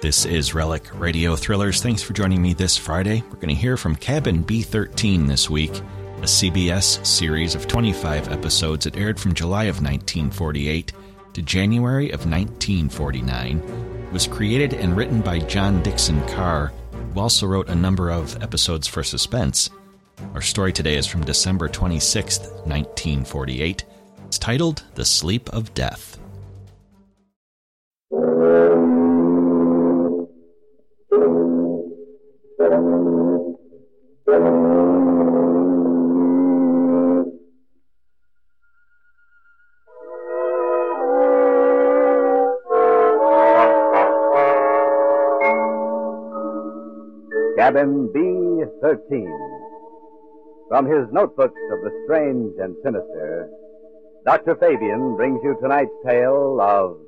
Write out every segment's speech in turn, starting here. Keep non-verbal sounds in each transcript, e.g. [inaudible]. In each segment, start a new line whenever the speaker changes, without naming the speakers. This is Relic Radio Thrillers. Thanks for joining me this Friday. We're going to hear from Cabin B 13 this week, a CBS series of 25 episodes that aired from July of 1948 to January of 1949. It was created and written by John Dixon Carr, who also wrote a number of episodes for Suspense. Our story today is from December 26, 1948. It's titled The Sleep of Death.
Cabin B 13. From his notebooks of the strange and sinister, Dr. Fabian brings you tonight's tale of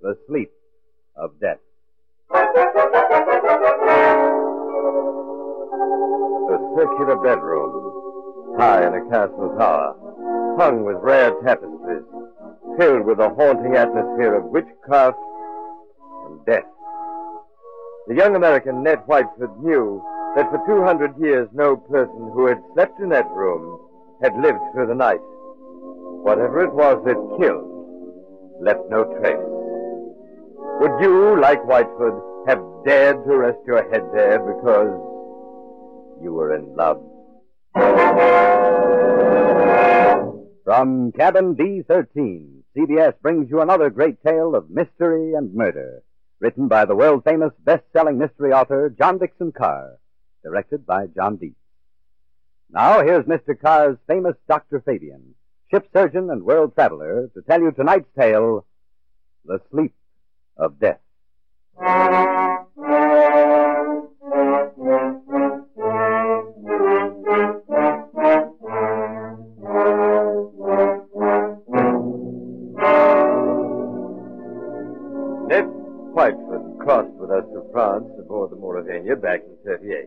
The Sleep of Death. The circular bedroom, high in a castle tower, hung with rare tapestries, filled with a haunting atmosphere of witchcraft and death. The young American Ned Whiteford knew that for 200 years no person who had slept in that room had lived through the night. Whatever it was that killed left no trace. Would you, like Whiteford, have dared to rest your head there because you were in love? From Cabin D13, CBS brings you another great tale of mystery and murder written by the world famous best selling mystery author John Dixon Carr, directed by John Deese. Now, here's Mr. Carr's famous Dr. Fabian, ship surgeon and world traveler, to tell you tonight's tale The Sleep of Death. Ned Whiteford crossed with us to France aboard the Mauravania back in 38.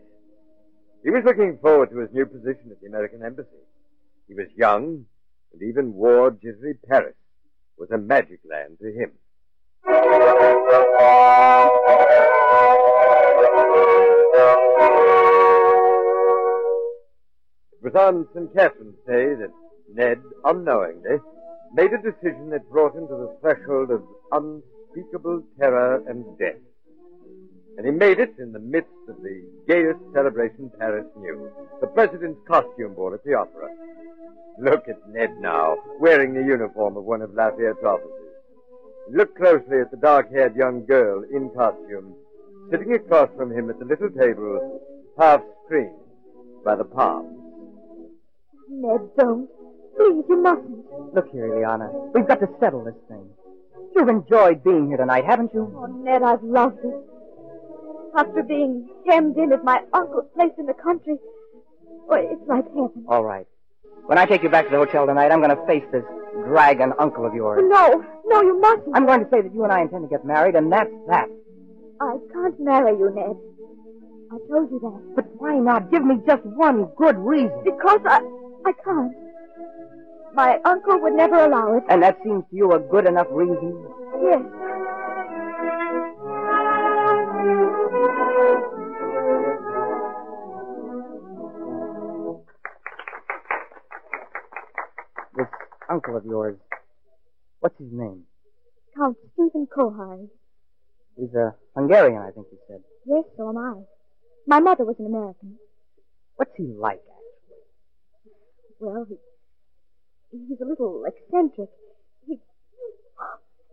He was looking forward to his new position at the American Embassy. He was young, and even war jittery Paris was a magic land to him. It was on St. Catherine's Day that Ned, unknowingly, made a decision that brought him to the threshold of unspeakable terror and death. And he made it in the midst of the gayest celebration Paris knew the president's costume ball at the opera. Look at Ned now, wearing the uniform of one of Lafayette's officers. Look closely at the dark haired young girl in costume, sitting across from him at the little table, half screened by the palms.
Ned, don't. Please, you mustn't.
Look here, Ileana. We've got to settle this thing. You've enjoyed being here tonight, haven't you?
Oh, Ned, I've loved it. After being hemmed in at my uncle's place in the country, oh, it's like heaven.
All right. When I take you back to the hotel tonight, I'm going to face this dragon uncle of yours.
No, no, you mustn't.
I'm going to say that you and I intend to get married, and that's that.
I can't marry you, Ned. I told you that.
But why not? Give me just one good reason.
Because I, I can't. My uncle would never allow it.
And that seems to you a good enough reason?
Yes.
This uncle of yours, what's his name?
Count Stephen Kohai.
He's a Hungarian, I think you said.
Yes, so am I. My mother was an American.
What's he like?
Well, he, he's a little eccentric. He,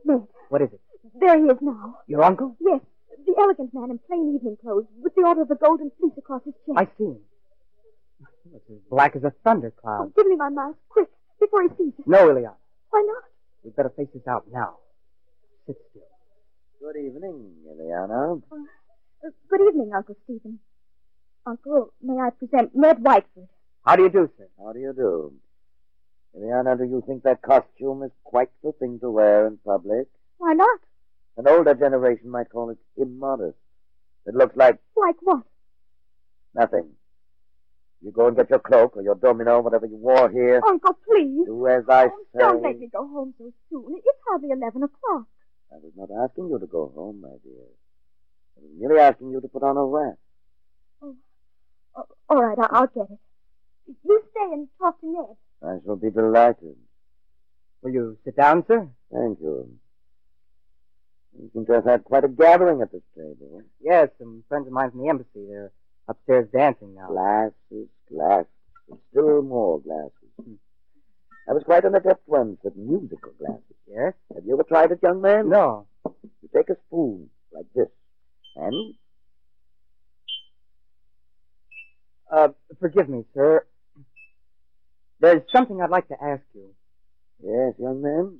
Ned,
What is it?
there he is now.
Your uncle?
Yes, the elegant man in plain evening clothes with the order of the golden fleece across his chest.
I see him. It's as black as a
Oh,
thundercloud.
give me my mask, quick, before he sees us.
No, Ileana.
Why not?
We'd better face this out now. Sit still.
Good evening, Eliana.
Uh, good evening, Uncle Stephen. Uncle, may I present Ned Whiteford?
How do you do, sir?
How do you do? Eliana, do you think that costume is quite the thing to wear in public?
Why not?
An older generation might call it immodest. It looks like
Like what?
nothing. You go and get your cloak or your domino, whatever you wore here.
Uncle, please.
Do as [laughs] I say.
Oh, don't make me go home so soon. It's hardly 11 o'clock.
I was not asking you to go home, my dear. I'm merely asking you to put on a wrap.
Oh, all right, I- I'll get it. You stay and talk to Ned.
I shall be delighted.
Will you sit down, sir?
Thank you. You seem to have had quite a gathering at this table.
Yes, some friends of mine from the embassy. They're upstairs dancing now.
Glasses, glasses, and still more glasses. I was quite an adept once at musical glasses.
Yes?
Have you ever tried it, young man?
No.
You take a spoon like this, and
Uh, forgive me, sir. There's something I'd like to ask you.
yes, young man.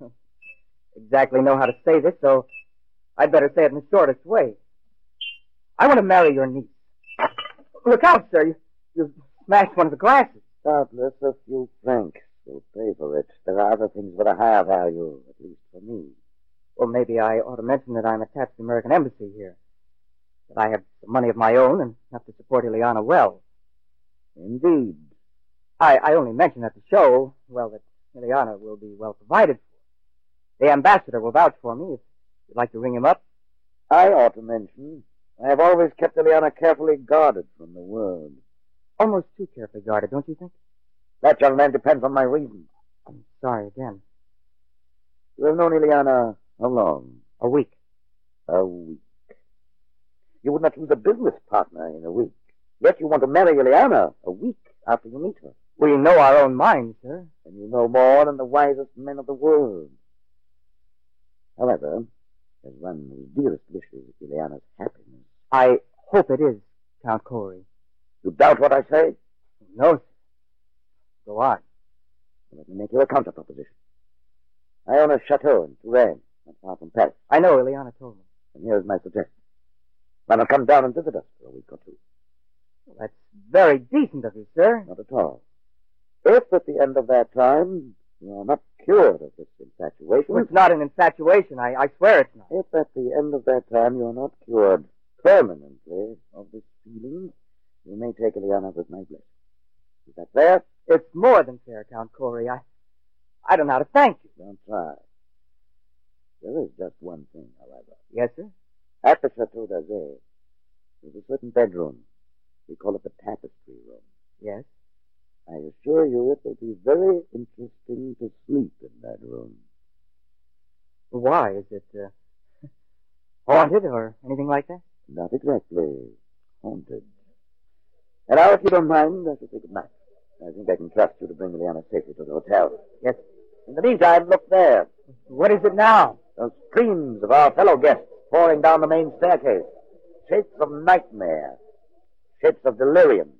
[laughs] Exactly know how to say this, so I'd better say it in the shortest way. I want to marry your niece. Look out, sir. You, you smashed one of the glasses.
Doubtless a few francs will pay for it. There are other things that are higher value, at least for me.
Well, maybe I ought to mention that I'm attached to the American Embassy here. That I have some money of my own and enough to support Ileana well.
Indeed.
I, I only mention that to show, well, that Ileana will be well provided for. The ambassador will vouch for me if you'd like to ring him up.
I ought to mention, I have always kept Eliana carefully guarded from the world.
Almost too carefully guarded, don't you think?
That, young man, depends on my reason.
I'm sorry again.
You have known Eliana how long?
A week.
A week. You would not choose a business partner in a week. Yet you want to marry Eliana a week after you meet her.
We know our own minds, sir.
And you know more than the wisest men of the world. However, as one of the dearest wishes is Eliana's happiness.
I hope it is, Count Corey.
You doubt what I say?
No, sir. Go on.
Let me make you a counter proposition. I own a chateau in Touraine, not far from Paris.
I know Ileana told me.
And here's my suggestion. Why not come down and visit us for a week or two?
Well, that's very decent of you, sir.
Not at all. If at the end of that time you are not cured of this infatuation,
It's not an infatuation. I, I swear it's not.
if at the end of that time you are not cured permanently of this feeling, you may take Eliana with my blessing. Is that fair?
It's more than fair, Count Corey. I, I don't know how to thank you.
Don't try. There is just one thing, however.
Yes, sir?
At the Chateau d'Azay, there's a certain bedroom. We call it the tapestry room.
Yes.
I assure you it will be very interesting to sleep in that room.
Why? Is it uh, haunted or anything like that?
Not exactly haunted. And now, if you don't mind, I shall say good night. I think I can trust you to bring Eliana safely to the hotel.
Yes.
In the meantime, look there.
What is it now?
Those screams of our fellow guests pouring down the main staircase. Shapes of nightmare. Shapes of delirium.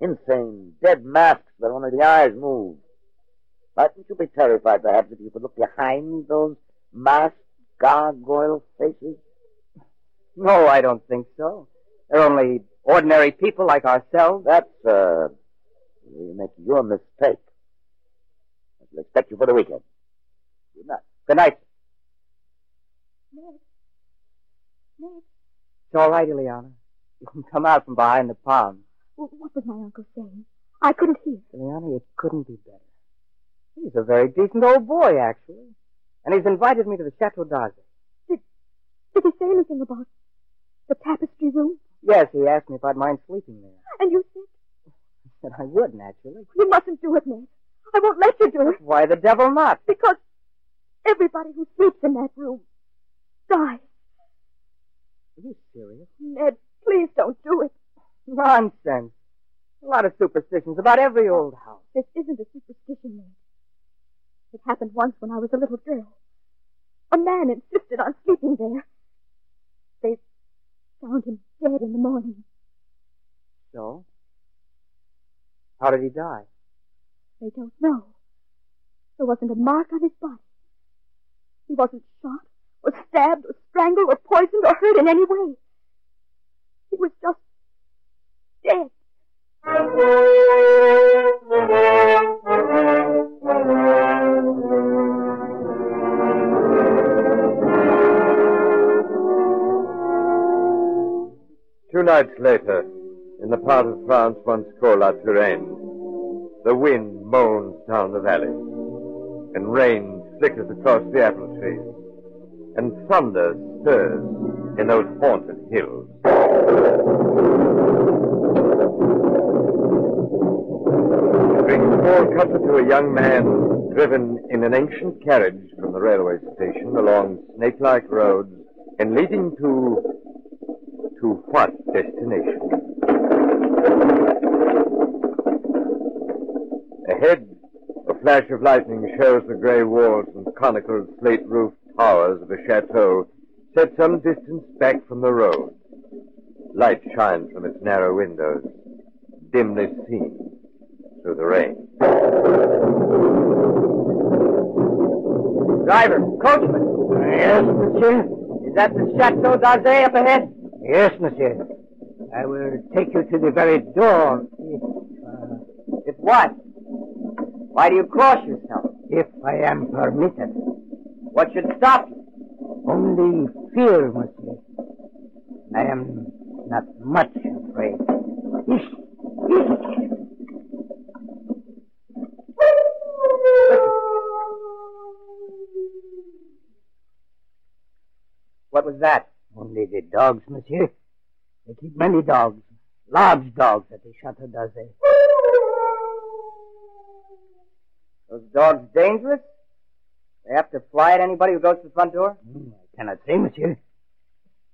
Insane, dead masks that only the eyes move. Mightn't you be terrified, perhaps, if you could look behind those masked, gargoyle faces?
No, I don't think so. They're only ordinary people like ourselves.
That's, uh, you make your mistake. I shall expect you for the weekend. Good night.
Good night.
Ned. Ned,
It's all right, Ileana. You can come out from behind the palm.
w- what was my uncle saying? I couldn't hear.
Ileana, it couldn't be better. He's a very decent old boy, actually. And he's invited me to the Chateau d'Azay.
Did he say anything about the tapestry room?
Yes, he asked me if I'd mind sleeping there.
And you said,
And I would, naturally.
you mustn't do it, Ned. I won't let you do it
Why the devil not?
because everybody who sleeps in that room dies.
Are you serious?
Ned, please don't do it.
Nonsense. A lot of superstitions about every old house.
This isn't a superstition, Ned. It happened once when I was a little girl. A man insisted on sleeping there. They found him dead in the morning.
So? How did he die?
They don't know. There wasn't a mark on his body. He wasn't shot, or stabbed, or strangled, or poisoned, or hurt in any way. He was just dead.
Two nights later, in the part of France once called La Touraine, the wind moans down the valley, and rain flickers across the apple trees, and thunder stirs in those haunted hills. It brings small comfort to a young man driven in an ancient carriage from the railway station along snake-like roads and leading to to what destination? Ahead, a flash of lightning shows the gray walls and conical slate-roofed towers of a chateau set some distance back from the road. Light shines from its narrow windows, dimly seen through the rain.
Driver, coachman.
Yes, monsieur.
Is that the Chateau d'Azay up ahead?
Yes, monsieur. I will take you to the very door if, uh,
If what? Why do you cross yourself?
if I am permitted.
What should stop you?
Only fear, monsieur. I am not much afraid. Ish, ish.
What was that?
Only the dogs, monsieur. They keep many dogs, large dogs at the Chateau d'Azay.
Those dogs dangerous? They have to fly at anybody who goes to the front door?
Hmm, I cannot say, monsieur.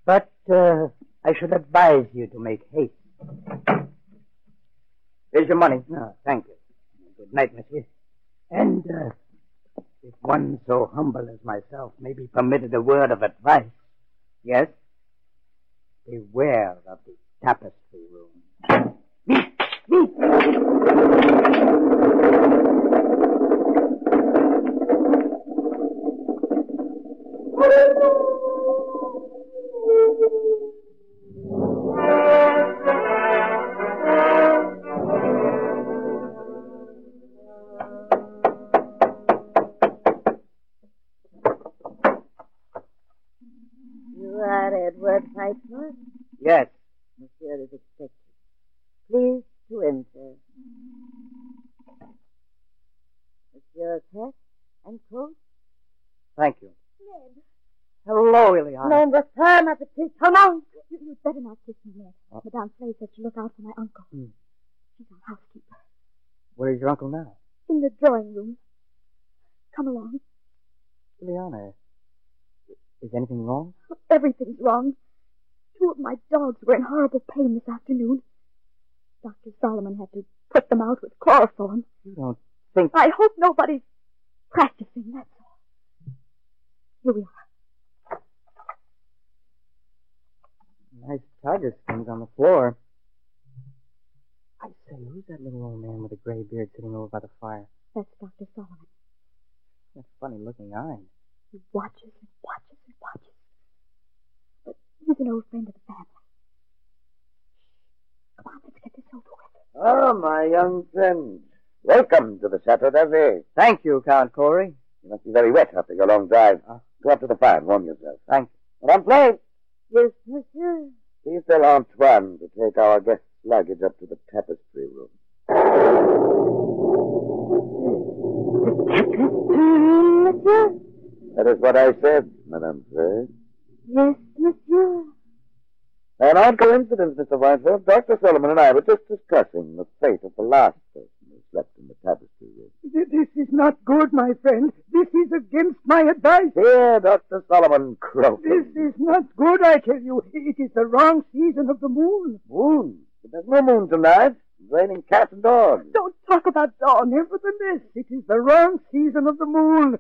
But uh, I should advise you to make haste.
Here's your money.
No, Ah, thank you. Good night, monsieur. And uh, if one so humble as myself may be permitted a word of advice,
Yes?
beware of the tapestry room.
You are Edward Whiteford?
Yes.
Monsieur is expected. Please to enter. Monsieur hat and coat?
Thank you. Hello, Iliana.
Name was her, ma petite. Come on.
You, you'd better not kiss me, Ned. Madame Flay said to look out for my uncle.
Hmm.
She's our housekeeper.
Where's your uncle now?
In the drawing room. Come along.
Iliana. Is anything wrong?
Everything's wrong. Two of my dogs were in horrible pain this afternoon. Dr. Solomon had to put them out with chloroform.
You don't think
I hope nobody's practicing, that's all. Here we are.
nice tiger skins on the floor. I say, who's that little old man with a gray beard sitting over by the fire?
That's Dr. Solomon.
That funny looking eye.
He watches and watches and watches. But he's an old friend of the family. Come on, let's get this over with.
Ah, my young friend. Welcome to the Chateau d'Azay.
Thank you, Count Corey.
You must be very wet after your long drive.
Ah.
Go up to the fire and warm yourself.
Thank
Madame Flay,
Yes, monsieur.
please tell Antoine to take our guest's luggage up to the tapestry room.
Hmm, monsieur?
That is what I said, Madame Flay.
Yes, monsieur.
By an odd coincidence, Mr. Whitefield, Dr. Solomon and I were just discussing the fate of the last person who slept in the tapestry room.
Th- This is not good, my friend. This is against my advice.
Dear Dr. Solomon Croker.
This is not good, I tell you. It is the wrong season of the moon.
Moon. But there's no moon tonight. It's raining cats and dogs.
Don't talk about dawn. Nevertheless, it is the wrong season of the moon.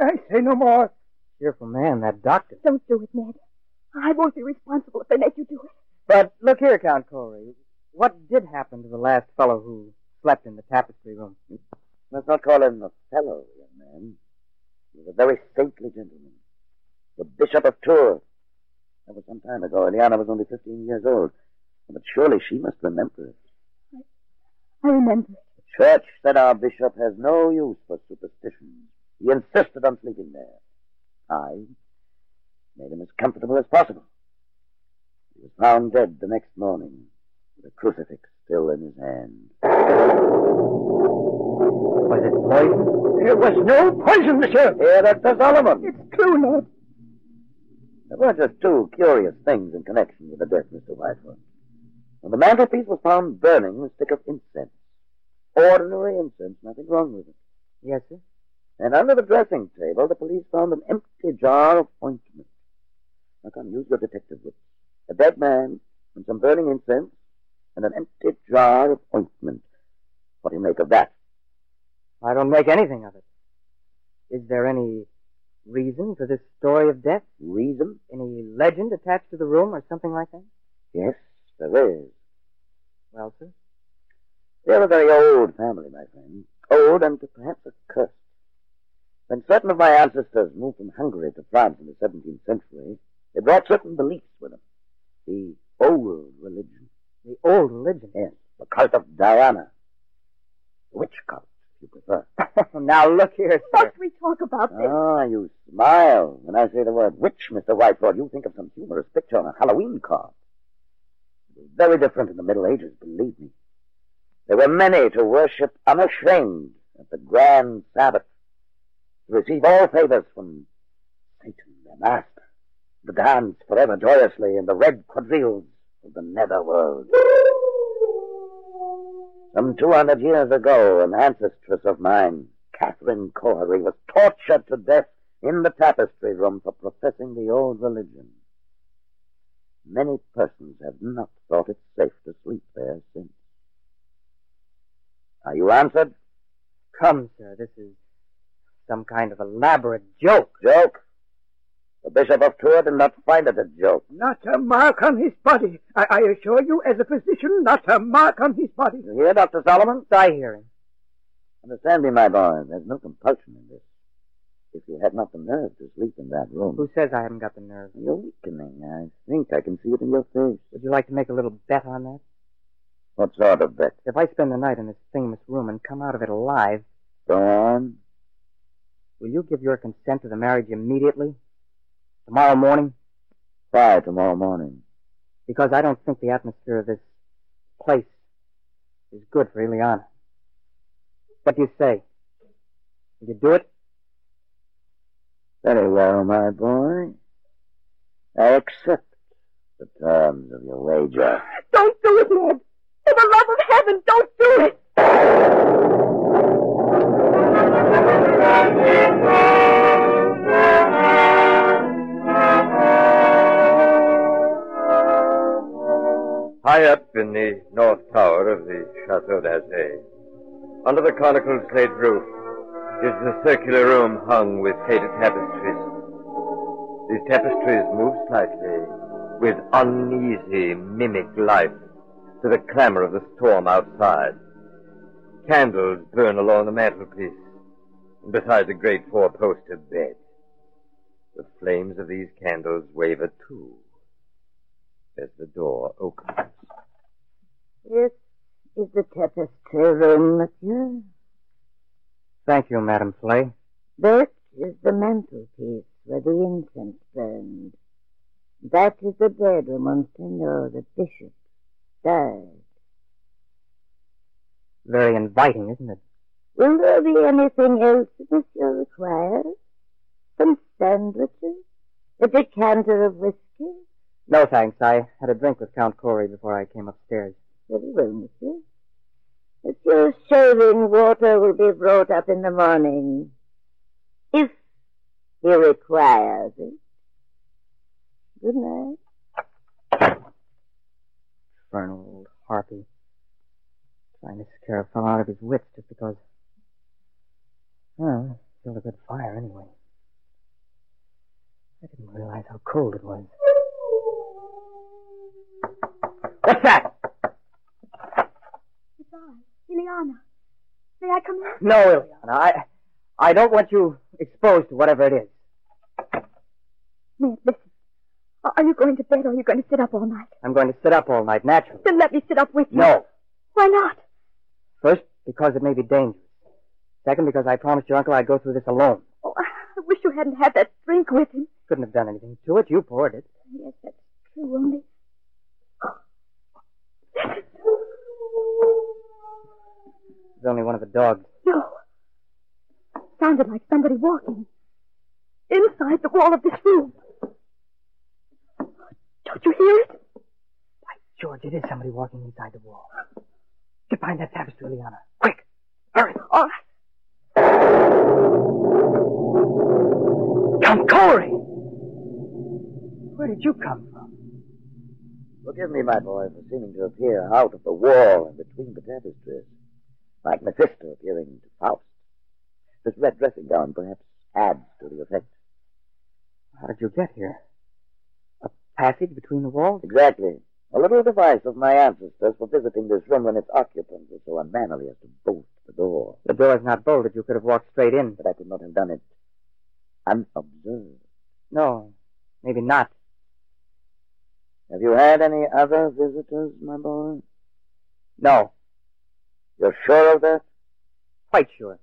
I say no more.
you. Cheerful man, that doctor.
Don't do it, Ned. I won't be responsible if they make you do it.
But look here, Count Corey. What did happen to the last fellow who slept in the tapestry room?
Let's not call him a fellow, young man. He was a very saintly gentleman. The Bishop of Tours. That was some time ago. Eliana was only 15 years old. But surely she must remember it.
I remember.
The church said our bishop has no use for superstitions. He insisted on sleeping there. I made him as comfortable as possible. He was found dead the next morning with a crucifix still in his hand.
Was it poison?
There was no poison, monsieur. Here, Dr. Solomon.
It's true, Ned.
There were just two curious things in connection with the death, Mr. Whitefoot. On the mantelpiece was found burning a stick of incense. Ordinary incense, nothing wrong with it.
Yes, sir.
And under the dressing table, the police found an empty jar of ointment. Now come, use your detective wits. A dead man, and some burning incense, and an empty jar of ointment. What do you make of that?
I don't make anything of it. Is there any reason for this story of death?
Reason?
Any legend attached to the room or something like that?
Yes, there is.
Well, sir.
They're a very old family, my friend. Old and perhaps accursed. When certain of my ancestors moved from Hungary to France in the 17th century, they brought certain beliefs with them. The old religion.
The old religion?
Yes, the cult of Diana. The witch cult, if you prefer.
[laughs] now, look here, sir.
Must we talk about this?
Uh-huh.
Ah, you smile when I say the word witch, Mr. Whiteford. You think of some humorous picture on a Halloween card. It was very different in the Middle Ages, believe me. There were many to worship unashamed at the grand Sabbath, to receive all favors from Satan, their master, to dance forever joyously in the red quadrilles of the netherworld. Some 200 years ago, an ancestress of mine, Catherine Corey, was tortured to death in the tapestry room for professing the old religion. Many persons have not thought it safe to sleep there since. Are you answered?
Come, sir, this is some kind of elaborate joke.
Joke? The Bishop of Tours did not find it a joke.
Not a mark on his body. I, I assure you, as a physician, not a mark on his body.
You hear, Dr. Solomon?
I hear him.
Understand me, my boy, there's no compulsion in this. If you had not the nerve to sleep in that room.
Who says I haven't got the nerve?
You're weakening. I think I can see it in your face.
Would you like to make a little bet on that?
What sort of bet?
If I spend the night in this famous room and come out of it alive,
Go on.
will you give your consent to the marriage immediately? Tomorrow morning?
Try tomorrow morning.
Because I don't think the atmosphere of this place is good for Ileana. What do you say? Will you do it?
Very well, my boy. I accept the terms of your wager.
Don't do it, Ned. For the love of heaven, don't do it.
High up in the north tower of the Chateau d'Azay, under the conical slate roof, is the circular room hung with faded tapestries. These tapestries move slightly, with uneasy, mimic life, to the clamor of the storm outside. Candles burn along the mantelpiece, and beside the great four-poster bed. The flames of these candles waver too, as the door opens.
This is the tapestry room, monsieur.
Thank you, Madame Flay.
This is the mantelpiece where the incense burned. That is the bed where Monsignor the Bishop died.
Very inviting, isn't it?
Will there be anything else that monsieur requires? Some sandwiches? A decanter of whiskey?
No, thanks. I had a drink with Count Corey before I came upstairs.
Very well, monsieur. Monsieur's shaving water will be brought up in the morning. If he requires it. Good night.
Infernal old harpy. Trying to scare a fellow out of his wits just because. Well, I built a good fire anyway. I didn't realize how cold it was. What's that?
It's I, Ileana. May I come in?
No, Ileana. I, I don't want you exposed to whatever it is.
Ned, listen. Are- Are you going to bed or are you going to sit up all night?
I'm going to sit up all night, naturally.
Then let me sit up with you.
No.
Why not?
First, because it may be dangerous. Second, because I promised your uncle I'd go through this alone.
Oh, I wish you hadn't had that drink with him.
Couldn't have done anything to it. You poured it.
Yes, that's true, only.
It was only one of the dogs.
No. Sounded like somebody walking. Inside the wall of this room. Did you hear it?
By George, it is somebody walking inside the wall. Get behind that tapestry, Liana. Quick. Hurry.
All right.
Count Corey! Where did you come from?
Forgive me, my boy, for seeming to appear out of the wall and between the tapestries, like Mephisto appearing to Faust. This red dressing gown perhaps adds to the effect.
How did you get here? A passage between the walls?
Exactly. A little device of my ancestors for visiting this room when its occupant was so unmannerly as to bolt the door.
The door is not bolted. You could have walked straight in.
But I could not have done it unobserved.
No, maybe not.
Have you had any other visitors, my boy?
No,
You're sure of that?
quite sure.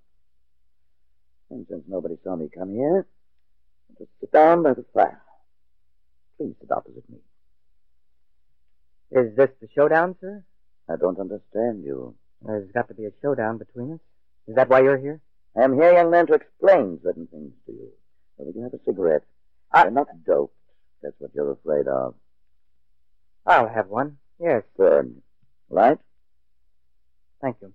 And since nobody saw me come here, just sit down by the fire. Please sit opposite me.
Is this the showdown, sir?
I don't understand you.
There's got to be a showdown between us. Is that why you're here?
I am here, young man, to explain certain things to you. So would you have a cigarette?
I-
You're not doped. That's what you're afraid of.
I'll have one. Yes,
Good. Right?
thank you.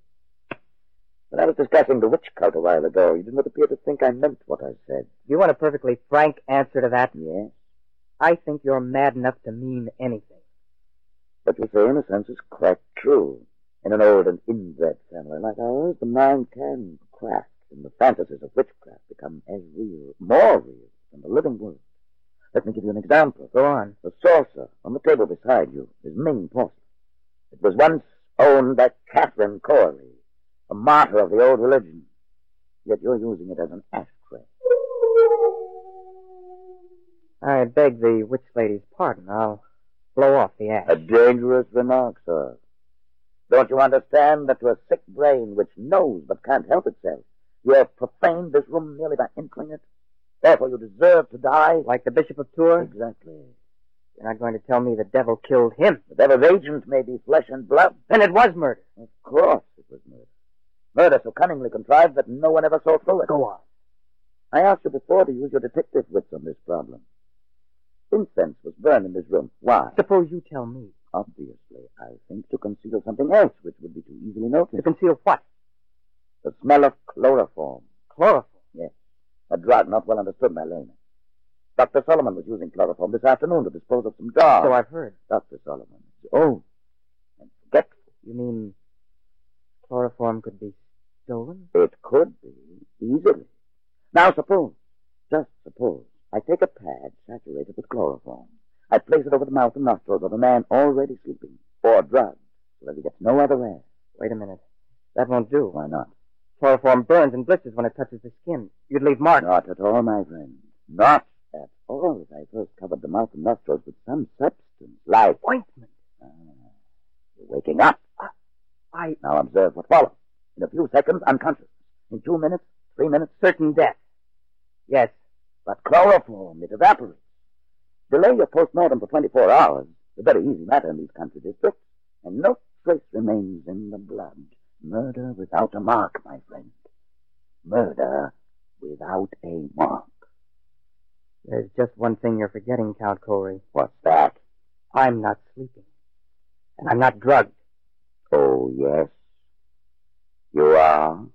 When I was discussing the witch cult a while ago, you did not appear to think I meant what I said.
You want a perfectly frank answer to that?
Yes.
I think you're mad enough to mean anything.
What you say, in a sense, is quite true. In an old and inbred family like ours, the mind can crack, and the fantasies of witchcraft become as real, more real, than the living world. Let me give you an example.
Go on.
The saucer on the table beside you is Ming porcelain. It was once owned by Catherine Corley, a martyr of the old religion. Yet you're using it as an ashtray.
I beg the witch lady's pardon. I'll blow off the ash.
A dangerous remark, sir. Don't you understand that to a sick brain which knows but can't help itself, you have profaned this room merely by entering it? Therefore, you deserve to die?
Like the Bishop of Tours?
Exactly.
You're not going to tell me the devil killed him.
The devil's agent may be flesh and blood.
Then it was murder.
Of course it was murder. Murder so cunningly contrived that no one ever saw through it.
Go on.
I asked you before to use your detective wits on this problem. Incense was burned in this room. Why?
Suppose you tell me.
Obviously, I think to conceal something else which would be too easily
To
noticed.
conceal what?
The smell of chloroform.
Chloroform.
A drug not well understood by laymen. Dr. Solomon was using chloroform this afternoon to dispose of some jars.
So I've heard.
Dr. Solomon. Oh. And forgetful.
You mean chloroform could be stolen?
It could be. Easily. Now suppose, just suppose, I take a pad saturated with chloroform. I place it over the mouth and nostrils of a man already sleeping, or drugged, so that he gets no other air.
Wait a minute. That won't do.
Why not?
Chloroform burns and blisters when it touches the skin. You'd leave marks.
Not at all, my friend. Not at all if I first covered the mouth and nostrils with some substance, like Ah,
Ointment.
waking up.
I
Now observe what follows. In a few seconds, unconscious. In two minutes, three minutes,
certain death. Yes.
but chloroform, it evaporates. Delay your post-mortem for 24 hours. A very easy matter in these country districts. And no trace remains in the blood. Murder without a mark, my friend. Murder without a mark.
There's just one thing you're forgetting, Count Corey.
What's that?
I'm not sleeping. And I'm not drugged.
Oh, yes. You are?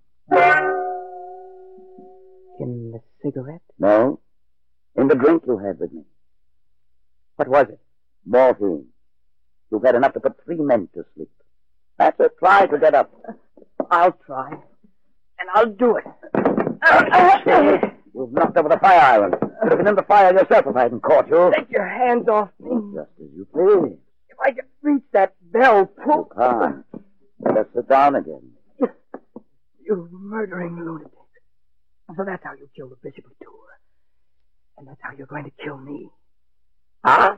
In the cigarette?
No? In the drink you had with me.
What was it?
Morphine. You've had enough to put three men to sleep. That's it. Try to get up.
I'll try. And I'll do it.
You've knocked over the fire iron. You'd have been in the fire yourself if I hadn't caught you.
Take your hands off me.
Just as you please.
If I could reach that bell,
You
pull.
can't. Just sit down again.
You murdering lunatic. So that's how you killed the Bishop of Tours. And that's how you're going to kill me.
I?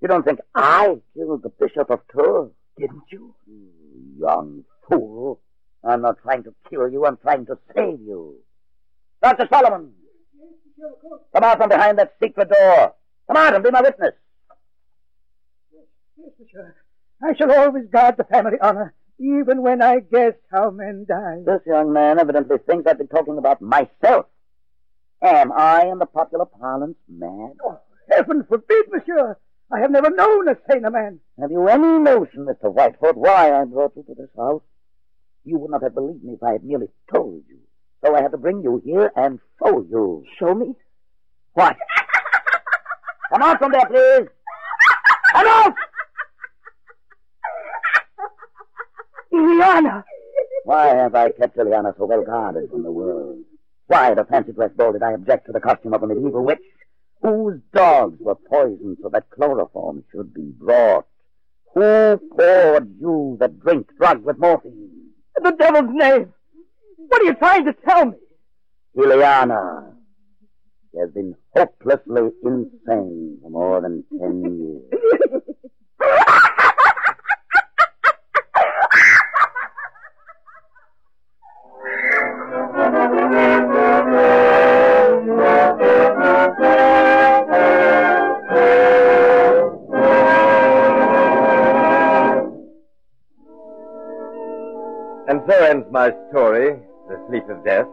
You don't think I killed the Bishop of Tours?
Didn't you?
You young fool. I'm not trying to kill you. I'm trying to save you. Dr. Solomon! Come out from behind that secret door. Come out and be my witness.
Yes, monsieur. I shall always guard the family honor, even when I guess how men die.
This young man evidently thinks I've been talking about myself. Am I, in the popular parlance, mad?
Oh, heaven forbid, monsieur.
I have never known a saner man.
Have you any notion, Mr. Whiteford, why I brought you to this house? You would not have believed me if I had merely told you. So I had to bring you here and show you.
Show me.
What? Come out from there, please. Come out!
Ileana!
Why have I kept Ileana so well guarded from the world? Why the fancy dress ball did I object to the costume of a medieval witch? Whose dogs were poisoned so that chloroform should be brought? Who poured you the drink drugged with morphine?
In the devil's name! What are you trying to tell me?
Ileana, she has been hopelessly insane for more than ten years.
And so ends my story, The Sleep of Death,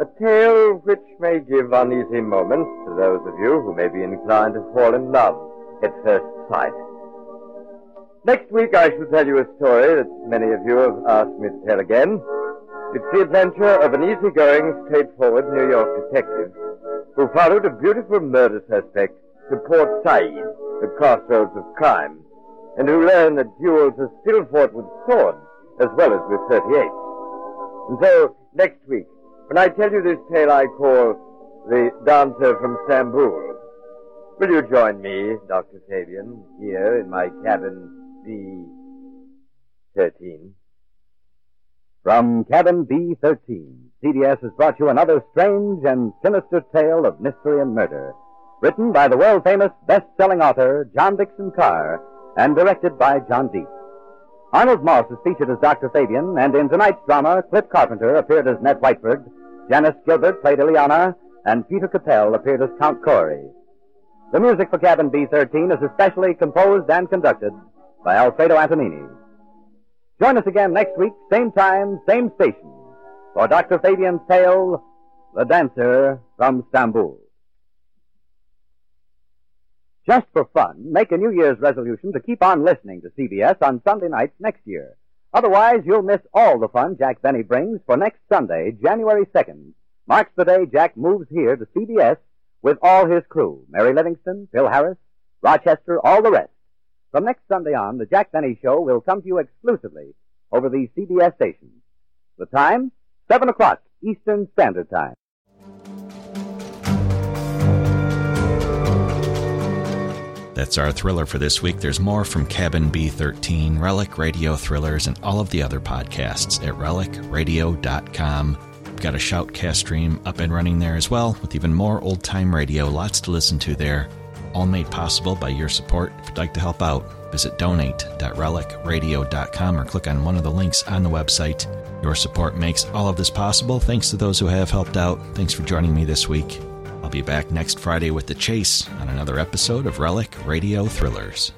a tale which may give uneasy moments to those of you who may be inclined to fall in love at first sight. Next week I shall tell you a story that many of you have asked me to tell again. It's the adventure of an easygoing, straightforward New York detective who followed a beautiful murder suspect to Port Said, the crossroads of crime, and who learned that duels are still fought with swords as well as with 38. And so, next week, when I tell you this tale I call The Dancer from Stamboul, will you join me, Dr. Fabian, here in my cabin B13?
From cabin B13, CDS has brought you another strange and sinister tale of mystery and murder, written by the world-famous best-selling author John Dixon Carr and directed by John Deep. Arnold Moss is featured as Dr. Fabian, and in tonight's drama, Cliff Carpenter appeared as Ned Whiteford, Janice Gilbert played Ileana, and Peter Capel appeared as Count Corey. The music for Cabin B13 is especially composed and conducted by Alfredo Antonini. Join us again next week, same time, same station, for Dr. Fabian's tale, The Dancer from Stamboul. Just for fun, make a New Year's resolution to keep on listening to CBS on Sunday nights next year. Otherwise, you'll miss all the fun Jack Benny brings for next Sunday, January 2nd. Marks the day Jack moves here to CBS with all his crew Mary Livingston, Phil Harris, Rochester, all the rest. From next Sunday on, the Jack Benny Show will come to you exclusively over these CBS stations. The time? 7 o'clock Eastern Standard Time.
That's our thriller for this week. There's more from Cabin B13, Relic Radio Thrillers, and all of the other podcasts at relicradio.com. We've got a Shoutcast stream up and running there as well, with even more old time radio. Lots to listen to there, all made possible by your support. If you'd like to help out, visit donate.relicradio.com or click on one of the links on the website. Your support makes all of this possible. Thanks to those who have helped out. Thanks for joining me this week. I'll be back next Friday with The Chase on another episode of Relic Radio Thrillers.